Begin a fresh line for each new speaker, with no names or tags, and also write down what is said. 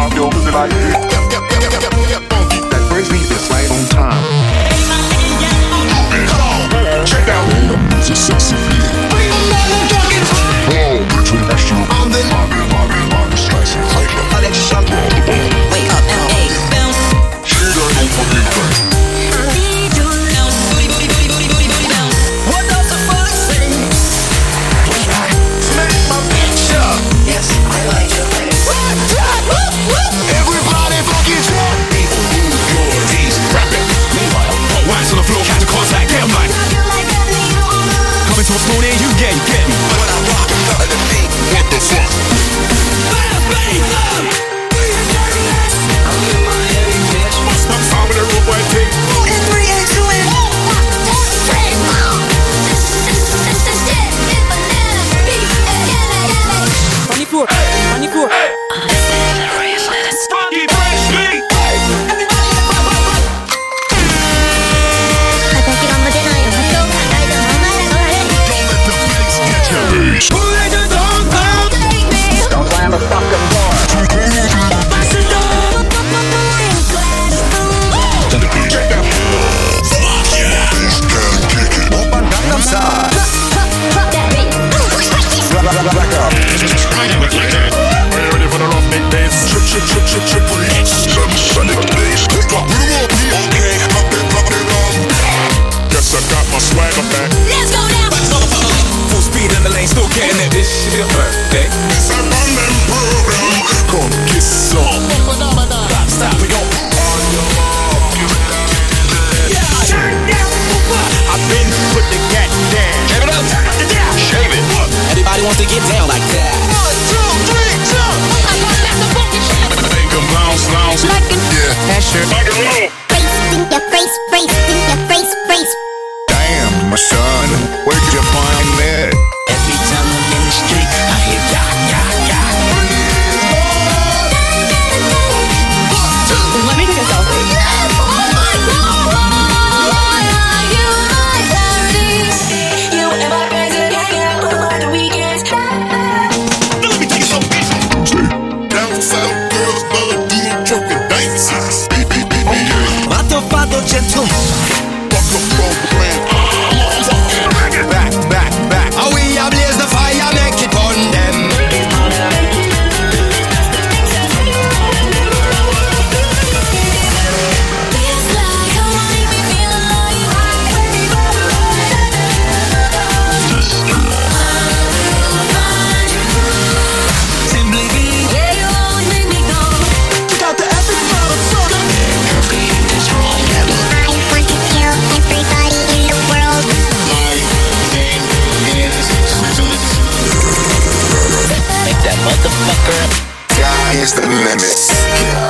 everybody get, get, get, get, get, get, get funky. That brings me this right on time. Come on, check out.
Wake up and egg bounce. Need you now. Booty, booty, booty, booty, booty, booty bounce. What does the fuck say?
On the floor, on the floor.
Swagger back.
Let's go down.
Full speed in the lane, still getting it. This is your birthday.
It's a London program. Come get some.
Stop, stop, we gon'
On your mark, get ready.
I've been put the cat down. Shave it up. Shave it. Everybody wants to get down like that.
Make 'em bounce, bounce. Yeah, that shit. Like a little. Damn, my son, where'd you find that?
Every time I'm in the street, I hear ya, ya, ya.
Let me take a selfie.
My tuffado gentle.
Back, back, back.
How Oh, we a blaze the fire, make it burn them. Simply be. Got the epic motherfucker.
Sky is the limit.